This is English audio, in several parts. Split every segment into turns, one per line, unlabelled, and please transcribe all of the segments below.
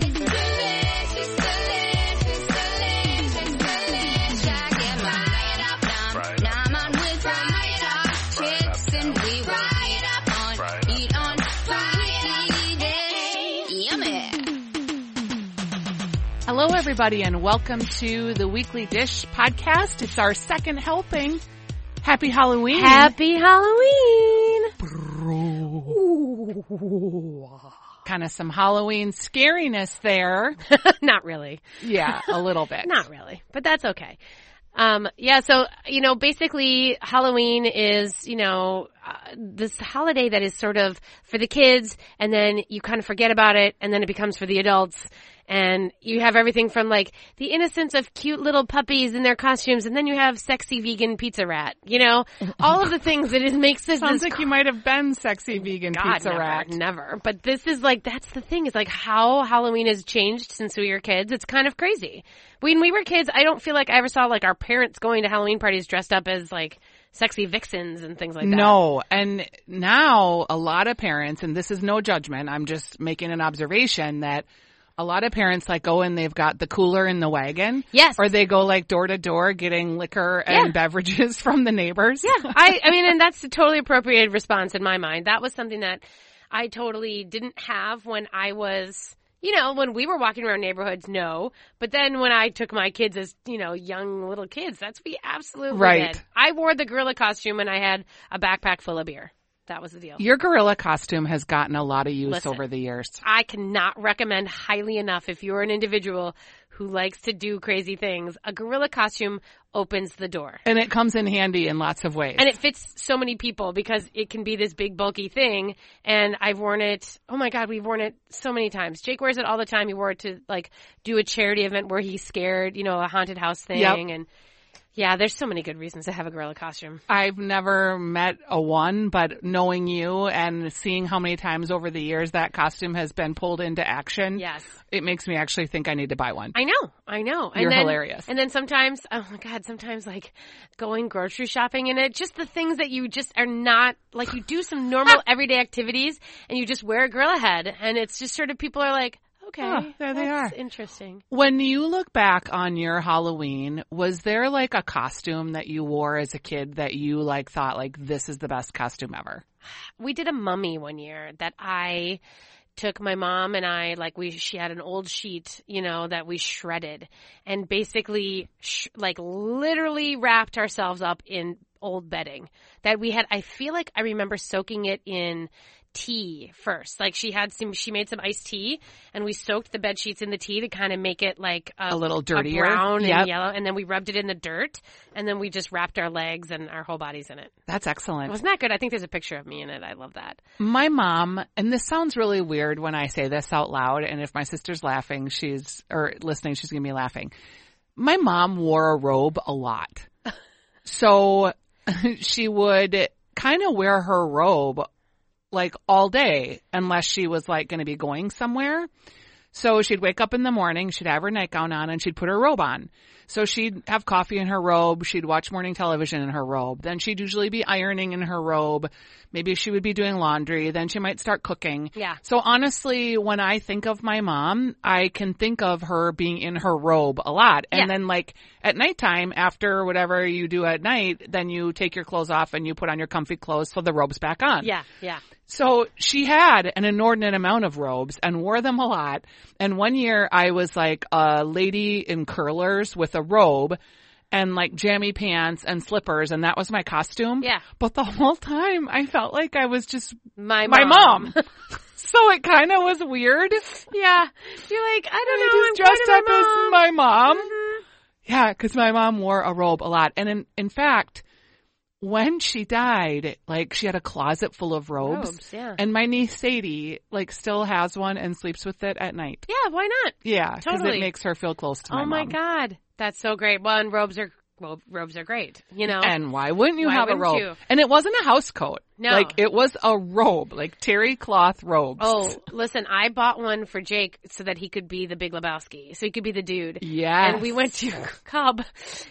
Delicious, delicious, delicious, delicious. I get my nom,
Fry it up.
nom, nom on with the my talk
Fry it up
chicks and we will eat on,
Fry it up
eat on the weekly dish. Yummy.
Hello, everybody, and welcome to the Weekly Dish podcast. It's our second helping. Happy Halloween.
Happy Halloween!
kind of some Halloween scariness there.
Not really.
Yeah, a little bit.
Not really. But that's okay. Um, yeah, so, you know, basically Halloween is, you know, uh, this holiday that is sort of for the kids and then you kind of forget about it and then it becomes for the adults. And you have everything from like the innocence of cute little puppies in their costumes and then you have sexy vegan pizza rat, you know, all of the things that it makes this,
Sounds
this
like you might have been sexy vegan
God,
pizza
never,
rat.
Never. But this is like that's the thing is like how Halloween has changed since we were kids. It's kind of crazy. When we were kids, I don't feel like I ever saw like our parents going to Halloween parties dressed up as like sexy vixens and things like that.
No, and now a lot of parents, and this is no judgment, I'm just making an observation that a lot of parents like go and they've got the cooler in the wagon.
Yes.
Or they go like door to door getting liquor and
Yeah.
beverages from the neighbors. Yeah.
I, I mean, and that's a totally appropriate response in my mind. That was something that I totally didn't have when I was, you know, when we were walking around neighborhoods, no. But then when I took my kids as, you know, young little kids, that's we absolutely
Right.
did. I wore the gorilla costume and I had a backpack full of beer. That was the deal.
Your gorilla costume has gotten a lot of use
Listen.
over the years.
I cannot recommend highly enough if you're an individual who likes to do crazy things. A gorilla costume opens the door.
And it comes in handy in lots of ways.
and it fits so many people because it can be this big bulky thing and i've worn it oh my god we've worn it so many times jake wears it all the time he wore it to like do a charity event where he's scared you know a haunted house thing
Yep.
and yeah there's so many good reasons to have a gorilla costume
I've never met a one, but knowing you and seeing how many times over the years that costume has been pulled into action,
yes
it makes me actually think I need to buy one.
I know, I know. And
You're
then,
hilarious.
And then sometimes, oh my god, sometimes like going grocery shopping in it, just the things that you just are not like you do some normal everyday activities and you just wear a gorilla head, and it's just sort of people are like, okay,
Oh, there they
that's
are.
interesting.
When you look back on your Halloween, was there like a costume that you wore as a kid that you like thought like this is the best costume ever?
we did a mummy one year that I took my mom and I like we she had an old sheet you know that we shredded and basically sh- like literally wrapped ourselves up in old bedding that we had I feel like I remember soaking it in tea first like she had some she made some iced tea and we soaked the bed sheets in the tea to kind of make it like
A little dirtier.
a brown
Yep.
and yellow and then we rubbed it in the dirt and then we just wrapped our legs and our whole bodies in it
That's excellent.
wasn't that good I think there's a picture of me in it I love that
My mom, and this sounds really weird when I say this out loud, and if my sister's laughing, she's, or listening, she's gonna be laughing. My mom wore a robe a lot. So she would kind of wear her robe like all day unless she was like gonna be going somewhere. So she'd wake up in the morning, she'd have her nightgown on, and she'd put her robe on. So she'd have coffee in her robe, she'd watch morning television in her robe, then she'd usually be ironing in her robe, maybe she would be doing laundry, then she might start cooking.
Yeah.
So honestly, when I think of my mom, I can think of her being in her robe a lot. And
Yeah.
then like at nighttime, after whatever you do at night, then you take your clothes off and you put on your comfy clothes so the robe's back on.
Yeah, yeah.
So she had an inordinate amount of robes and wore them a lot. And one year I was like a lady in curlers with a robe and like jammy pants and slippers and that was my costume.
Yeah.
But the whole time I felt like I was just
My
my mom. so it kind of was weird.
yeah. You're like, I don't know.
I just
I'm
dressed
going
up
to my mom. Mm-hmm.
as my mom. Yeah, because my mom wore a robe a lot, and in in fact, when she died, like she had a closet full of robes.
Robes, yeah.
And my niece Sadie, like, still has one and sleeps with it at night.
yeah, why not?
Yeah, because
Totally.
it makes her feel close to my
oh my
mom.
god, that's so great. Well, and robes are robe, robes are great. You know,
And why wouldn't you
Why
have
wouldn't
a robe?
you?
And it wasn't a house coat.
No.
Like it was a robe, like terry cloth robes.
Oh, listen, I bought one for Jake so that he could be the Big Lebowski, so he could be the dude.
Yes.
And we went to Cub.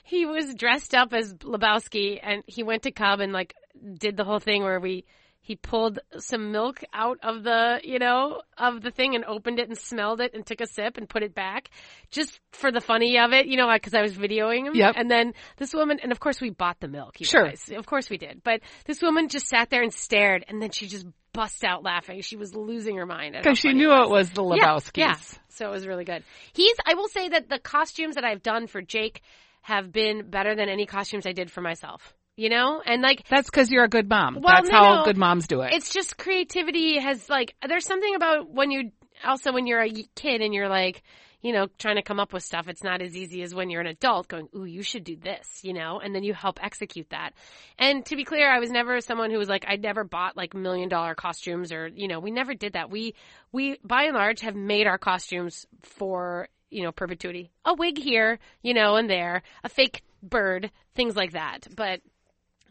He was dressed up as Lebowski, and he went to Cub and like did the whole thing where we he pulled some milk out of the you know of the thing and opened it and smelled it and took a sip and put it back just for the funny of it you know because i was videoing him
Yep.
and then this woman and of course we bought the milk you
Sure.
guys. of course we did but this woman just sat there and stared and then she just bust out laughing she was losing her mind at how
Because she
funny
knew it was the
yeah,
Lebowskis.
Yeah, So it was really good. He's I will say that the costumes that I've done for Jake have been better than any costumes I did for myself. You know? And like
That's because you're a good mom.
Well,
That's
no,
how
no.
good moms do it.
it's just creativity has like there's something about when you also when you're a kid and you're like you know trying to come up with stuff it's not as easy as when you're an adult going ooh you should do this you know and then you help execute that and to be clear i was never someone who was like i never bought like million dollar costumes or you know we never did that we we by and large have made our costumes for you know perpetuity a wig here you know and there a fake bird things like that but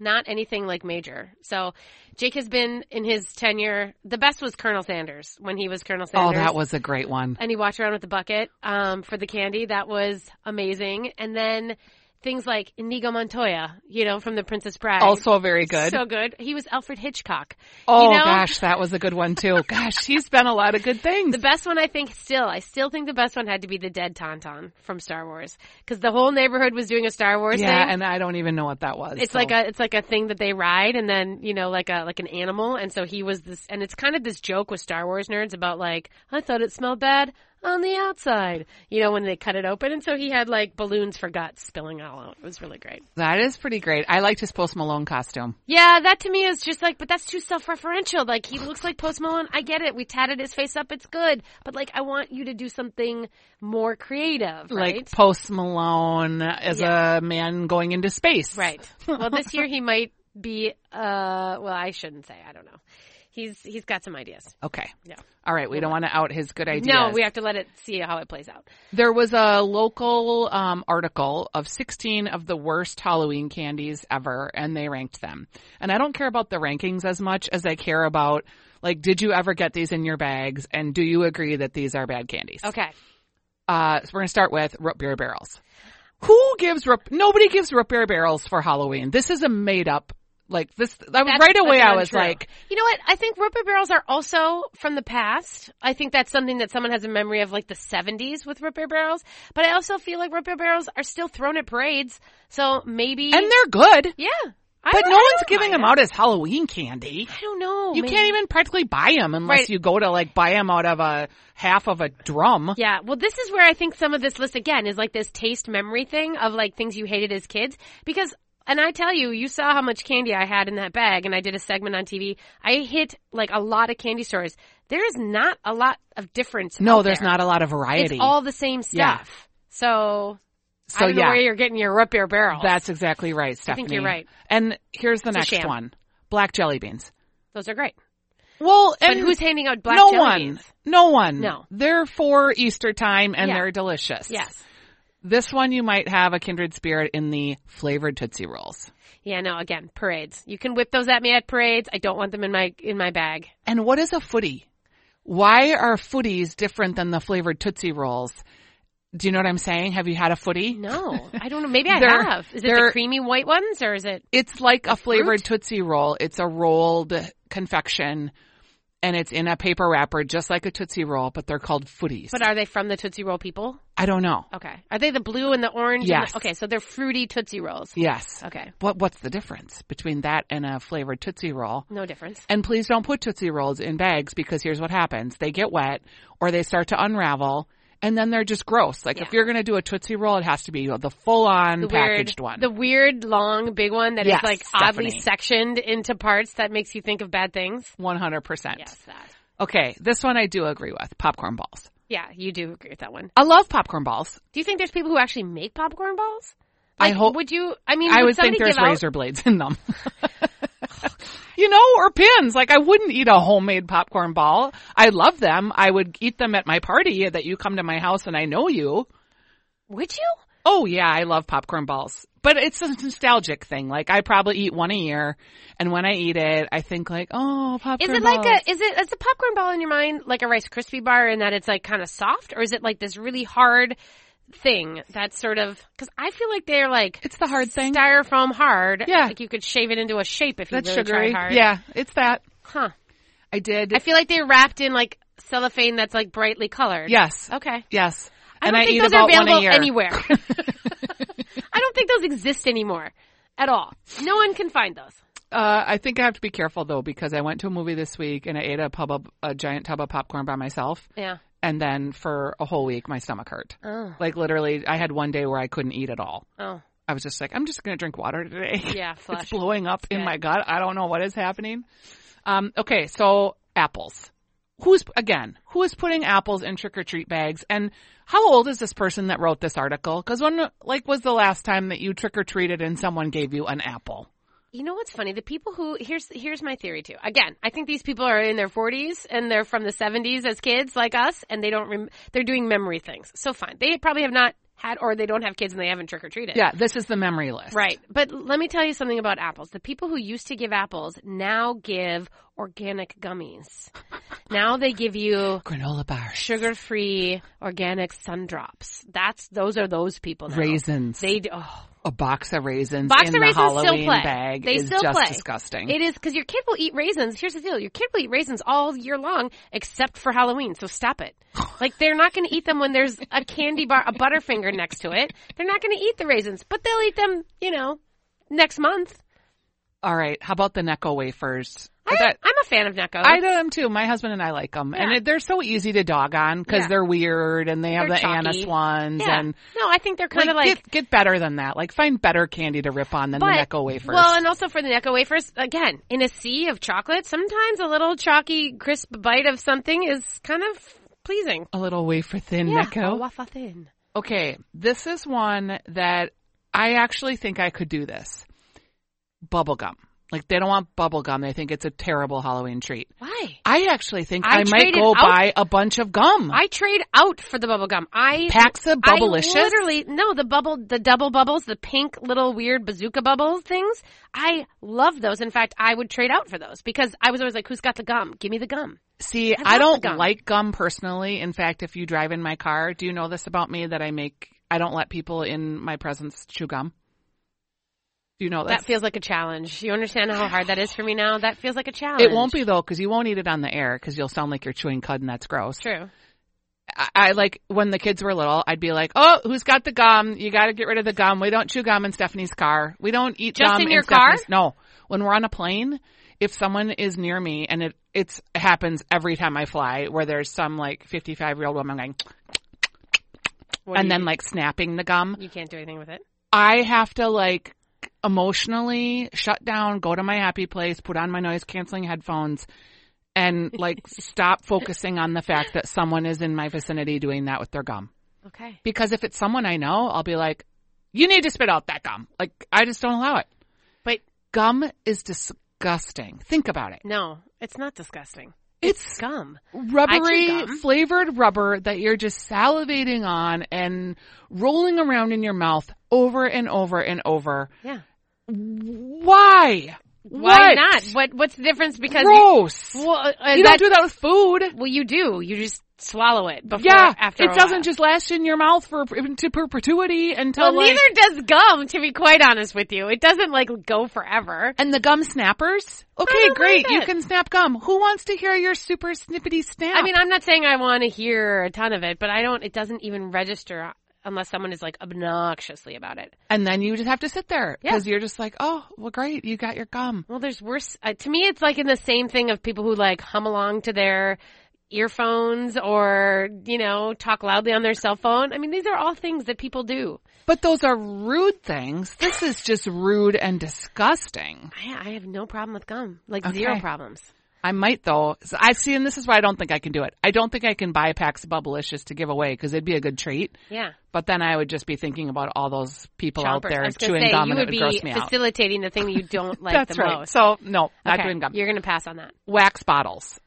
not anything like major. So Jake has been in his tenure. The best was Colonel Sanders when he was Colonel
oh,
Sanders.
that was a great one.
And he walked around with a bucket um, for the candy. That was amazing. And then things like Inigo Montoya, you know, from The Princess Bride.
Also very good.
So good. He was Alfred Hitchcock.
oh
you know?
gosh, that was a good one too. Gosh, he's been a lot of good things.
The best one, I think, still, I still think the best one had to be the dead Tauntaun from Star Wars because the whole neighborhood was doing a Star Wars
yeah,
thing.
and I don't even know what that was.
It's
so.
like a it's like a thing that they ride, and then you know, like a like an animal. And so he was this, and it's kind of this joke with Star Wars nerds about like I thought it smelled bad on the outside, you know, when they cut it open. And so he had like balloons for guts spilling all out. It was really great.
that is pretty great. I liked his Post Malone costume.
Yeah, that to me is just like, but that's too self-referential. Like he looks like Post Malone. I get it. We tatted his face up. It's good, but like I want you to do something more creative, right?
Like Post Malone as a man going into space.
Right. Well, this year he might be. Uh, well, I shouldn't say. I don't know. He's he's got some ideas.
Okay.
Yeah.
All right. We don't want to out his good ideas.
No, we have to let it see how it plays out.
There was a local um, article of 16 of the worst Halloween candies ever, and they ranked them. And I don't care about the rankings as much as I care about, like, did you ever get these in your bags, and do you agree that these are bad candies?
Okay.
Uh, so we're gonna start with root beer barrels. Who gives root? Nobody gives root beer barrels for Halloween. This is a made up. Like this, I,
That's-
right away
that's
I was
untrue.
like,
you know what? I think roper barrels are also from the past. I think that's something that someone has a memory of, like the '70s with roper barrels. But I also feel like roper barrels are still thrown at parades, so maybe.
and they're good,
yeah,
but no one's giving them out as Halloween candy.
I don't know.
You
Oh, maybe-
can't even practically buy them unless
Right.
you go to like buy them out of a half of a drum.
Yeah, well, this is where I think some of this list again is like this taste memory thing of like things you hated as kids. Because, and I tell you, you saw how much candy I had in that bag, and I did a segment on TV. I hit like a lot of candy stores. There is not a lot of difference.
No,
out
there's
there.
not a lot of
It's
variety.
all the same stuff.
Yeah.
So,
so
I don't know
yeah,
where you're getting your root beer barrels.
that's exactly right, Stephanie.
I think you're right.
And here's the
It's a
next
sham.
one: black jelly beans.
those are great.
Well,
But
and
who's handing out black
no
jelly
one,
beans?
no one.
No.
they're for Easter time and
Yeah.
they're delicious.
Yes.
This one you might have a kindred spirit in the flavored Tootsie Rolls.
Yeah. No. Again, parades. You can whip those at me at parades. I don't want them in my in my bag.
And what is a footie? Why are footies different than the flavored Tootsie Rolls? Do you know what I'm saying? Have you had a footie?
No, I don't know. Maybe I
They're-
have. Is it the
they're-
creamy white ones or is it?
It's like a flavored Tootsie Roll. It's a rolled confection and it's in a paper wrapper just like a Tootsie Roll, but they're called footies.
But are they from the Tootsie Roll people?
I don't know.
Okay, are they the blue and the orange? and the-
Yes.
okay, so they're fruity Tootsie Rolls.
Yes.
Okay,
What what's the difference between that and a flavored Tootsie Roll?
no difference.
And please don't put Tootsie Rolls in bags because here's what happens. They get wet or they start to unravel and then they're just gross. Like
Yeah.
if you're going to do a Tootsie Roll, it has to be the full on
The weird-
packaged one.
The weird, long, big one that is
Yes,
like oddly
Stephanie. Oh, But it's a nostalgic thing. Like I probably eat one a year, and when I eat it, I think like, oh,
Is
popcorn.
it like
balls.
a is it is a popcorn ball in your mind like a Rice Krispie bar in that it's like kind of soft, or is it like this really hard thing that's sort of because I feel like they're like
It's the hard thing.
styrofoam hard.
Yeah.
like you could shave it into a shape if you
That's
really
sugary.
try hard.
Yeah, it's that.
huh?
I did.
I feel like they're wrapped in like cellophane that's like brightly colored.
yes.
Okay.
Yes.
I
and
don't
I
think
eat
those
about
are
one a
available
year.
anywhere. I don't think those exist anymore at all. No one can find those.
Uh, I think I have to be careful though because I went to a movie this week and I ate a pub of, a giant tub of popcorn by myself,
Yeah.
and then for a whole week my stomach hurt.
Oh.
Like literally, I had one day where I couldn't eat at all.
Oh.
I was just like, I'm just gonna drink water today.
Yeah.
it's
Flush.
blowing up in
good.
my gut. I don't know what is happening. Um, okay, so apples. Who's again? Who is putting apples in trick or treat bags? And how old is this person that wrote this article? Because when like was the last time that you trick or treated and someone gave you an apple?
You know what's funny? The people who here's here's my theory too. Again, I think these people are in their 40s and they're from the 70s as kids like us, and they don't rem- they're doing memory things. So fine, they probably have not had or they don't have kids and they haven't trick or treated.
Yeah, this is the memory list.
Right. But let me tell you something about apples. The people who used to give apples now give organic gummies. now they give you
Granola bars,
sugar-free organic sun drops. That's those are those people now.
raisins,
They do, oh,
a box of raisins
Box
in
of
the
raisins still
Halloween
play.
bag
They
is
still
just
play.
disgusting.
It is because your kid will eat raisins. Here's the deal: your kid will eat raisins all year long, except for Halloween. So stop it. Like they're not going to eat them when there's a candy bar, a Butterfinger next to it. They're not going to eat the raisins, but they'll eat them. You know, next month.
All right, how about the Necco wafers?
I,
That-
I'm a fan of Necco.
I do them too. My husband and I like them, and
Yeah.
it, they're so easy to dog on because
Yeah.
they're weird and they have
They're
the anise
chalky.
ones
yeah.
and
no, I think they're kind of like.
get, get better than that. Like find better candy to rip on than the
but-
Necco wafers.
Well, and also for the Necco wafers, again, in a sea of chocolate, sometimes a little chalky, crisp bite of something is kind of pleasing.
a little wafer thin
Yeah,
Necco.
a waffle thin.
Okay, this is one that I actually think I could do this. Bubblegum. Like they don't want bubblegum. They think it's a terrible Halloween treat.
Why?
I actually think I,
I
might
traded
go
out-
buy a bunch of gum.
I trade out for the bubble gum. I
Packs of
I
bubblicious.
Literally, no, the bubble, the double bubbles, the pink little weird bazooka bubbles things. I love those. In fact, I would trade out for those because I was always like, "Who's got the gum? Give me the gum."
See,
I
I,
love
don't
the gum.
like gum personally. In fact, if you drive in my car, do you know this about me that I make I don't let people in my presence chew gum? Do you know
That
this?
feels like a challenge. You understand how hard that is for me now? That feels like a challenge.
it won't be though, because you won't eat it on the air, because you'll sound like you're chewing cud, and that's gross.
true.
I, I like when the kids were little, I'd be like, "Oh, who's got the gum? You got to get rid of the gum. We don't chew gum in Stephanie's car. We don't eat
Just
gum
in your car?
Stephanie's." No, when we're on a plane, if someone is near me, and it it's it happens every time I fly, where there's some like 55 year old woman going,
What
and
do you-
then like snapping the gum.
you can't do anything with it.
I have to like emotionally shut down, go to my happy place, put on my noise canceling headphones and like stop focusing on the fact that someone is in my vicinity doing that with their gum.
Okay.
Because if it's someone I know, I'll be like, you need to spit out that gum. Like I just don't allow it.
But
Gum is disgusting. Think about it.
no, it's not disgusting.
It's
Gum. I
rubbery
chew gum.
flavored rubber that you're just salivating on and rolling around in your mouth over and over and over.
Yeah.
Why?
Why
What?
not? What what's the difference because you,
Gross. You,
well, uh,
don't
that-
do that with food.
well you do. You just swallow it before
Yeah,
after
it
a
doesn't
while.
just last in your mouth for to perpetuity until
Well,
like.
neither does gum, to be quite honest with you. It doesn't like go forever.
and the gum snappers. Okay,
don't
great.
like
you
it.
can snap gum. Who wants to hear your super snippety snap?
I mean, I'm not saying I want to hear a ton of it, but I don't, it doesn't even register unless someone is like obnoxiously about it.
and then you just have to sit there
Yeah.
because you're just like, oh, well, great, you got your gum.
Well, there's worse. Uh, to me, it's like in the same thing of people who like hum along to their earphones or, you know, talk loudly on their cell phone. I mean, these are all things that people do.
But those are rude things. This is just rude and disgusting.
I, I have no problem with gum, like
Okay.
zero problems.
I might though. So I see, and this is why I don't think I can do it. I don't think I can buy packs of Bubblicious to give away because it'd be a good treat.
Yeah.
But then I would just be thinking about all those people out
Chompers. I
there
was gonna
chewing
say,
gum,
you
and
would
it would gross
be
me out.
facilitating the thing that you don't like
That's
the
right.
most.
So no, not
Okay,
doing gum.
You're going to pass on that.
Wax bottles.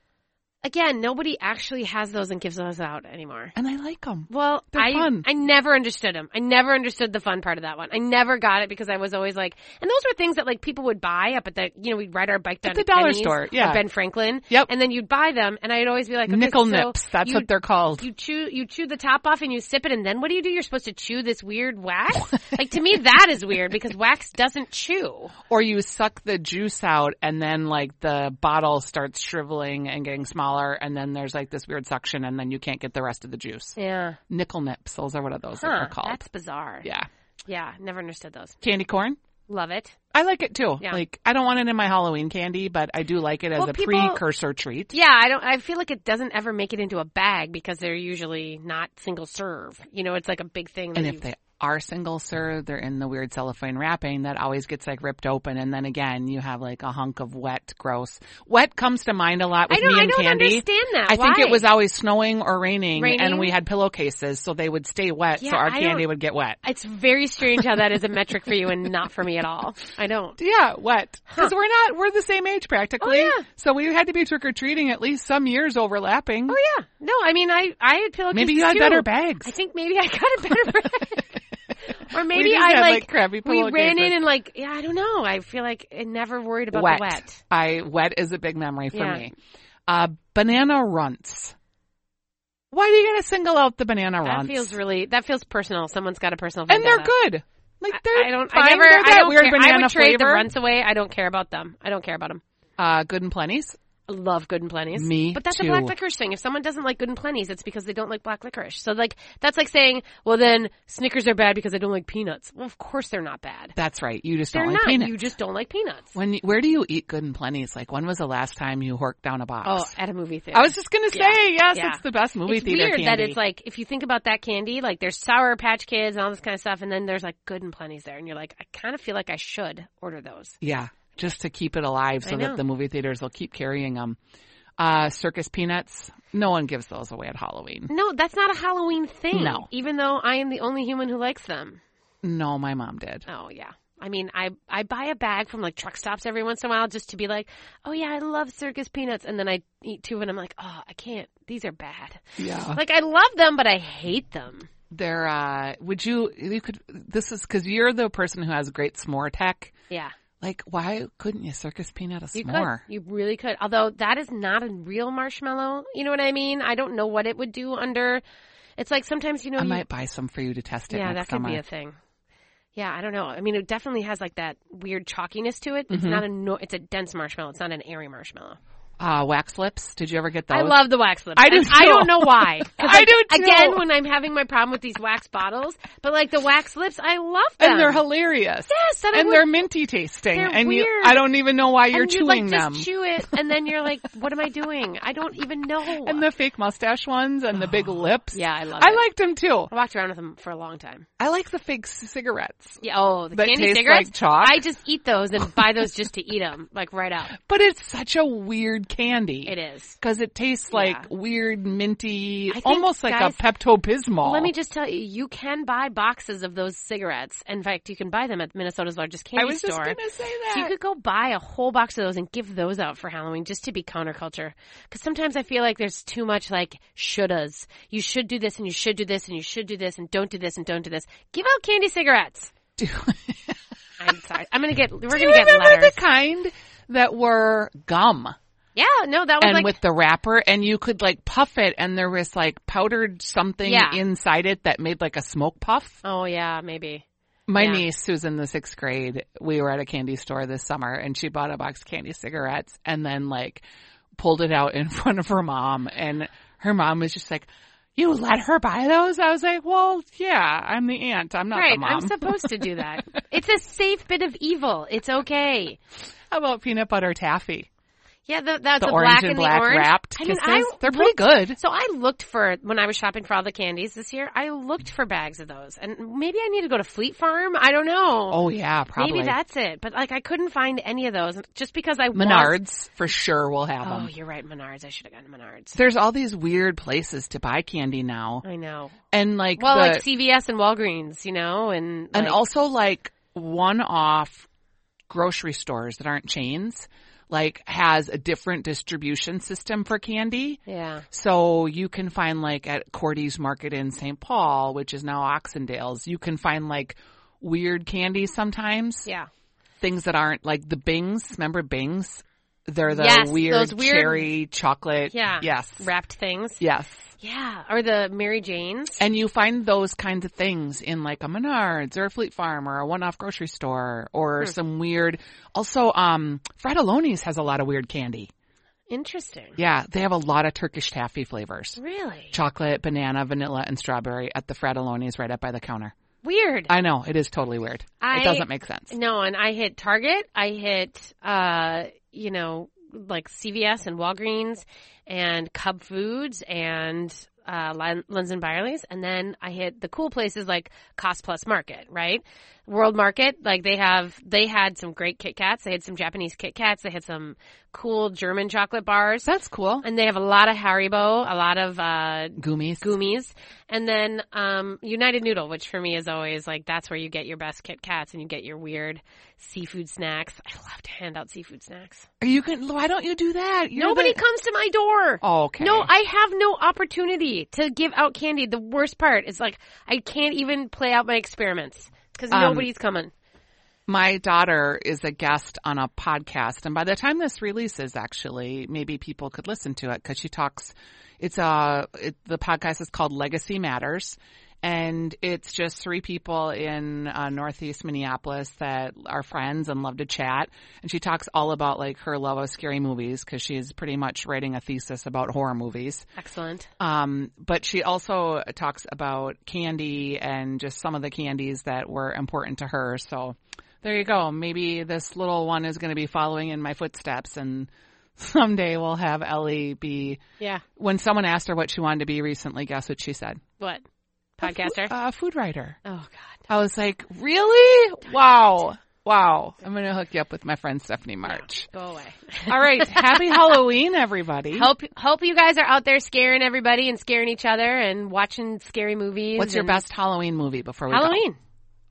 Again, nobody actually has those and gives those out anymore.
and I like them.
Well,
They're
I
fun.
I never understood them. I never understood the fun part of that one. I never got it because I was always like, and those were things that like people would buy up at the you know we'd ride our bike down
the
to
dollar
Penny's
store,
or
yeah.
Ben Franklin.
Yep.
And then you'd buy them, and I'd always be like, okay,
Nickel
so
nips. That's
you-
what they're called.
You chew you chew the top off and you sip it, and then what do you do? You're supposed to chew this weird wax. like to me, that is weird because wax doesn't chew.
or you suck the juice out and then like the bottle starts shriveling and getting smaller and then there's like this weird suction and then you can't get the rest of the juice.
Yeah.
Nickel nips. Those are what those
Huh,
are called.
That's bizarre.
Yeah.
Yeah. Never understood those.
Candy corn.
Love it.
I like it too.
Yeah.
Like I don't want it in my Halloween candy, but I do like it as
Well,
a
people-
precursor treat.
Yeah, I don't. I feel like it doesn't ever make it into a bag because they're usually not single serve. You know, it's like a big thing. That
And
you-
if they are single serve, they're in the weird cellophane wrapping that always gets like ripped open and then again you have like a hunk of wet gross. Wet comes to mind a lot with
I don't,
me
I
and
don't
candy.
understand that.
I think it
Why?
was always snowing or raining,
Raining?
and we had pillowcases, so they would stay wet,
Yeah,
so our
I
candy
don't-
would get wet.
It's very strange how that is a metric for you and not for me at all. I don't.
Yeah, wet. Because we're not, we're the same age practically.
Oh, yeah.
So we had to be trick or treating at least some years overlapping.
Oh yeah, no. I mean, I I had pillowcases
Maybe you had
too.
better bags.
I think maybe I got a better bag. or maybe
just
I
had, like,
like,
crappy
we ran
pillowcases.
in and like yeah, I don't know. I feel like I never worried about
wet.
the wet.
I, wet is a big memory for
Yeah.
me. Uh, banana runts. Why are you going to single out the banana runts?
That feels really. That feels personal. Someone's got a personal.
and they're
vendetta.
good. Like they're
I don't.
fine.
I never.
They're
I
that
don't
weird
care.
banana
I would trade the
flavor.
runs away. I don't care about them. I don't care about them.
Uh, good and plenty's.
I love Good and Plenty's.
Me
but that's
too.
a black licorice thing. If someone doesn't like Good and Plenty's, it's because they don't like black licorice. So like that's like saying, well then Snickers are bad because I don't like peanuts. Well, of course they're not bad.
That's right. You just
They're
don't
not.
like peanuts.
You just don't like peanuts.
When where do you eat good and plenty's? Like when was the last time you horked down a box?
Oh, at a movie theater.
I was just gonna say yes.
Yeah.
It's the best movie
it's
theater
weird
candy.
that it's like if you think about that candy, like there's Sour Patch Kids and all this kind of stuff, and then there's like Good and Plenty's there, and you're like, I kind of feel like I should order those.
yeah, just to keep it alive so
I
that
know.
the movie theaters will keep carrying them. Uh, circus peanuts. No one gives those away at Halloween.
No, that's not a Halloween thing.
No.
even though I am the only human who likes them.
No, my mom did.
Oh yeah. I mean, I I buy a bag from like truck stops every once in a while just to be like, oh yeah, I love circus peanuts, and then I eat two, and I'm like, oh, I can't. These are bad.
Yeah,
Like I love them, but I hate them.
there. Uh, would you? You could. This is because you're the person who has great s'more tech.
Yeah,
Like, why couldn't you circus peanut a
you
s'more?
could, you really could. Although that is not a real marshmallow. You know what I mean? I don't know what it would do under. It's like sometimes you know.
I
you-
might buy some for you to test it
yeah,
next
that could
summer.
be a thing. Yeah, I don't know. I mean, it definitely has like that weird chalkiness to it.
Mm-hmm.
It's not a. No, it's a dense marshmallow. It's not an airy marshmallow.
uh, wax lips. Did you ever get those?
I love the wax lips.
I do
And I
too.
don't know why. 'Cause,
I do too.
Again, when I'm having my problem with these wax bottles, but like the wax lips, I love them.
and they're hilarious.
yes, that I
and
would-
they're minty tasting.
They're
and you,
weird.
I don't even know why you're
and you'd,
chewing
like,
them.
Just chew it, and then you're like, "What am I doing? I don't even know."
and the fake mustache ones and the big lips.
Oh, yeah, I love.
I
it.
liked them too.
I walked around with them for a long time.
I like the fake c- cigarettes,
Yeah. Oh, the
That
candy
taste
cigarettes.
like chalk?
I just eat those and buy those just to eat them, like right out.
but it's such a weird candy.
It is.
Because it tastes like
Yeah.
weird minty,
I think,
almost like
guys,
a Pepto Bismol.
Let me just tell you, you can buy boxes of those cigarettes. In fact, you can buy them at Minnesota's largest candy
I was just
store.
going to say that.
So you could go buy a whole box of those and give those out for Halloween just to be counterculture. Because sometimes I feel like there's too much like shouldas. You should do this and you should do this and you should do this and don't do this and don't do this. Give out candy cigarettes.
Do-
I'm sorry. I'm gonna get. We're
Do you
gonna get
remember
letters.
the kind that were gum
yeah. No, that was
and
like.
with the wrapper, and you could like puff it, and there was like powdered something
Yeah.
inside it that made like a smoke puff.
oh yeah, maybe.
My
Yeah.
niece, who's in the sixth grade, we were at a candy store this summer and she bought a box of candy cigarettes and then like pulled it out in front of her mom and her mom was just like, you let her buy those? I was like, well, yeah, I'm the aunt. I'm not
right.
the mom.
I'm supposed to do that. it's a safe bit of evil. It's okay.
How about peanut butter taffy?
Yeah, the, that's
The
the
orange
black
and
and,
black
the orange.
wrapped
I mean, I
kisses. They're pretty good.
So I looked for when I was shopping for all the candies this year. I looked for bags of those, and maybe I need to go to Fleet Farm. I don't know.
Oh yeah, probably.
maybe that's it. But like, I couldn't find any of those just because I want-
Menards for sure will have
Oh,
them.
you're right, Menards. I should have gotten Menards.
There's all these weird places to buy candy now.
I know.
And like,
Well,
the-
like CVS and Walgreens, you know, and
and
like-
also like one off grocery stores that aren't chains. like has a different distribution system for candy.
Yeah.
So you can find like at Cordy's Market in St. Paul, which is now Oxendale's, you can find like weird candy sometimes.
Yeah.
Things that aren't like the Bings. Remember Bings? They're the
Yes,
weird,
those weird-
cherry chocolate.
Yeah.
Yes.
Wrapped things.
Yes.
Yeah. Or the Mary Janes.
And you find those kinds of things in like a Menards or a Fleet Farm or a one-off grocery store or some weird. Also, um, Fratelloni's has a lot of weird candy.
Interesting.
Yeah, they have a lot of Turkish taffy flavors.
Really?
Chocolate, banana, vanilla, and strawberry at the Fratelloni's right up by the counter.
Weird.
I know, it is totally weird.
I-
it doesn't make sense.
No, and I hit Target. I hit, uh, you know, like CVS and Walgreens and Cub Foods and uh, Lun- Lunds and Byerly's, and then I hit the cool places like Cost Plus Market, right? World Market, like they have, they had some great Kit Kats. They had some Japanese Kit Kats. They had some cool German chocolate bars,
That's cool.
and they have a lot of Haribo, a lot of uh,
Gummies.
Goomies. And then um, United Noodle, which for me is always like that's where you get your best Kit Kats and you get your weird seafood snacks. I love to hand out seafood snacks.
You can. Why don't you do that? You're
Nobody
the-
comes to my door.
Oh, okay.
No, I have no opportunity to give out candy. The worst part is like I can't even play out my experiments because
Um,
nobody's coming.
My daughter is a guest on a podcast, and by the time this releases, actually, maybe people could listen to it because she talks. It's uh, it, the podcast is called Legacy Matters, and it's just three people in uh, Northeast Minneapolis that are friends and love to chat. And she talks all about like her love of scary movies because she's pretty much writing a thesis about horror movies.
Excellent.
Um, but she also talks about candy and just some of the candies that were important to her. So there you go. Maybe this little one is going to be following in my footsteps and someday we'll have Ellie be,
Yeah.
when someone asked her what she wanted to be recently, guess what she said?
What?
A fu-
Podcaster?
Uh, food writer.
oh God.
I was like, really? Wow. Wow. I'm going to hook you up with my friend Stephanie March.
Go away.
All right. Happy Halloween, everybody.
Hope hope you guys are out there scaring everybody and scaring each other and watching scary movies.
What's your
and-
best Halloween movie before we go?
Halloween?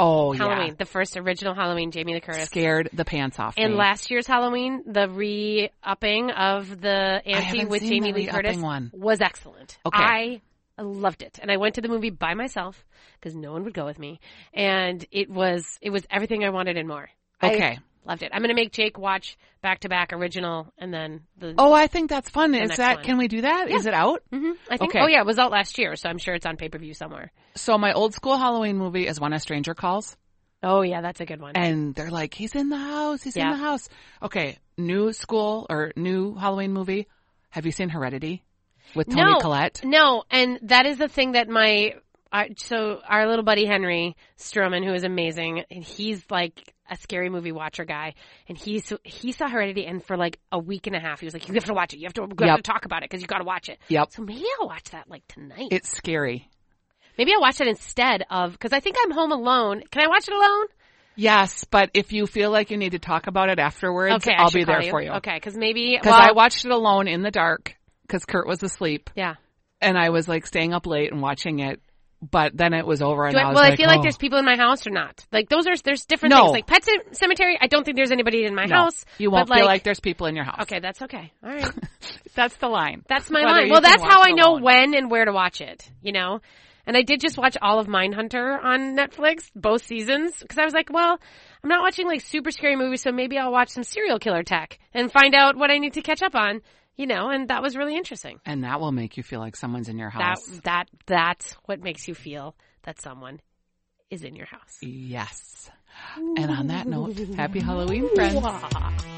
Oh, yeah.
Halloween, the first original Halloween, Jamie Lee Curtis.
scared the pants off
And
me.
last year's Halloween, the re-upping of the ante
haven't
with
seen
Jamie
the
Lee Curtis
re-upping one.
was excellent.
Okay.
I loved it. And I went to the movie by myself because no one would go with me. And it was, it was everything I wanted and more. I
Okay.
loved it. I'm going to make Jake watch back to back original and then the,
oh, I think that's fun. Is
next
that
one.
can we do that? Is it out?
Mhm. I think,
okay.
oh yeah, it was out last year. So I'm sure it's on pay-per-view somewhere.
So my old school Halloween movie is when a stranger calls,
Oh yeah, that's a good one.
and they're like, "He's in the house. He's
Yeah.
in the house." Okay. New school or new Halloween movie? Have you seen Heredity with Tony Collette?
No, and that is the thing that my our, so our little buddy Henry Stroman, who is amazing, and he's like a scary movie watcher guy, and he's he saw Heredity, and for like a week and a half, he was like, "You have to watch it. You have to, you have
Yep.
to talk about it because you got to watch it."
Yep.
So maybe I'll watch that like tonight.
It's scary.
maybe I'll watch it instead of because I think I'm home alone. Can I watch it alone?
Yes, but if you feel like you need to talk about it afterwards,
Okay, I
I'll
should
be
call
there for you.
Okay, because maybe
Because
well,
I watched it alone in the dark because Kurt was asleep.
yeah.
and I was like staying up late and watching it, but then it was over. And
Do I,
I was
well, I
like,
feel like
oh.
there's people in my house or not. Like those are there's different
No.
things. Like Pet Cem- Cemetery, I don't think there's anybody in my
No,
house.
You
but,
won't feel like there's people in your house.
Okay, that's okay. All right.
that's the line.
That's my
Whether
line.
you
Well,
can
that's
watch
how
it
I know
alone.
when and where to watch it, you know? And I did just watch all of Mindhunter on Netflix, both seasons, because I was like, well, I'm not watching like super scary movies, so maybe I'll watch some serial killer tech and find out what I need to catch up on, you know? And that was really interesting.
and that will make you feel like someone's in your
That,
house.
that, that's what makes you feel that someone is in your house.
yes. And on that note, happy Halloween, friends.
Mwah.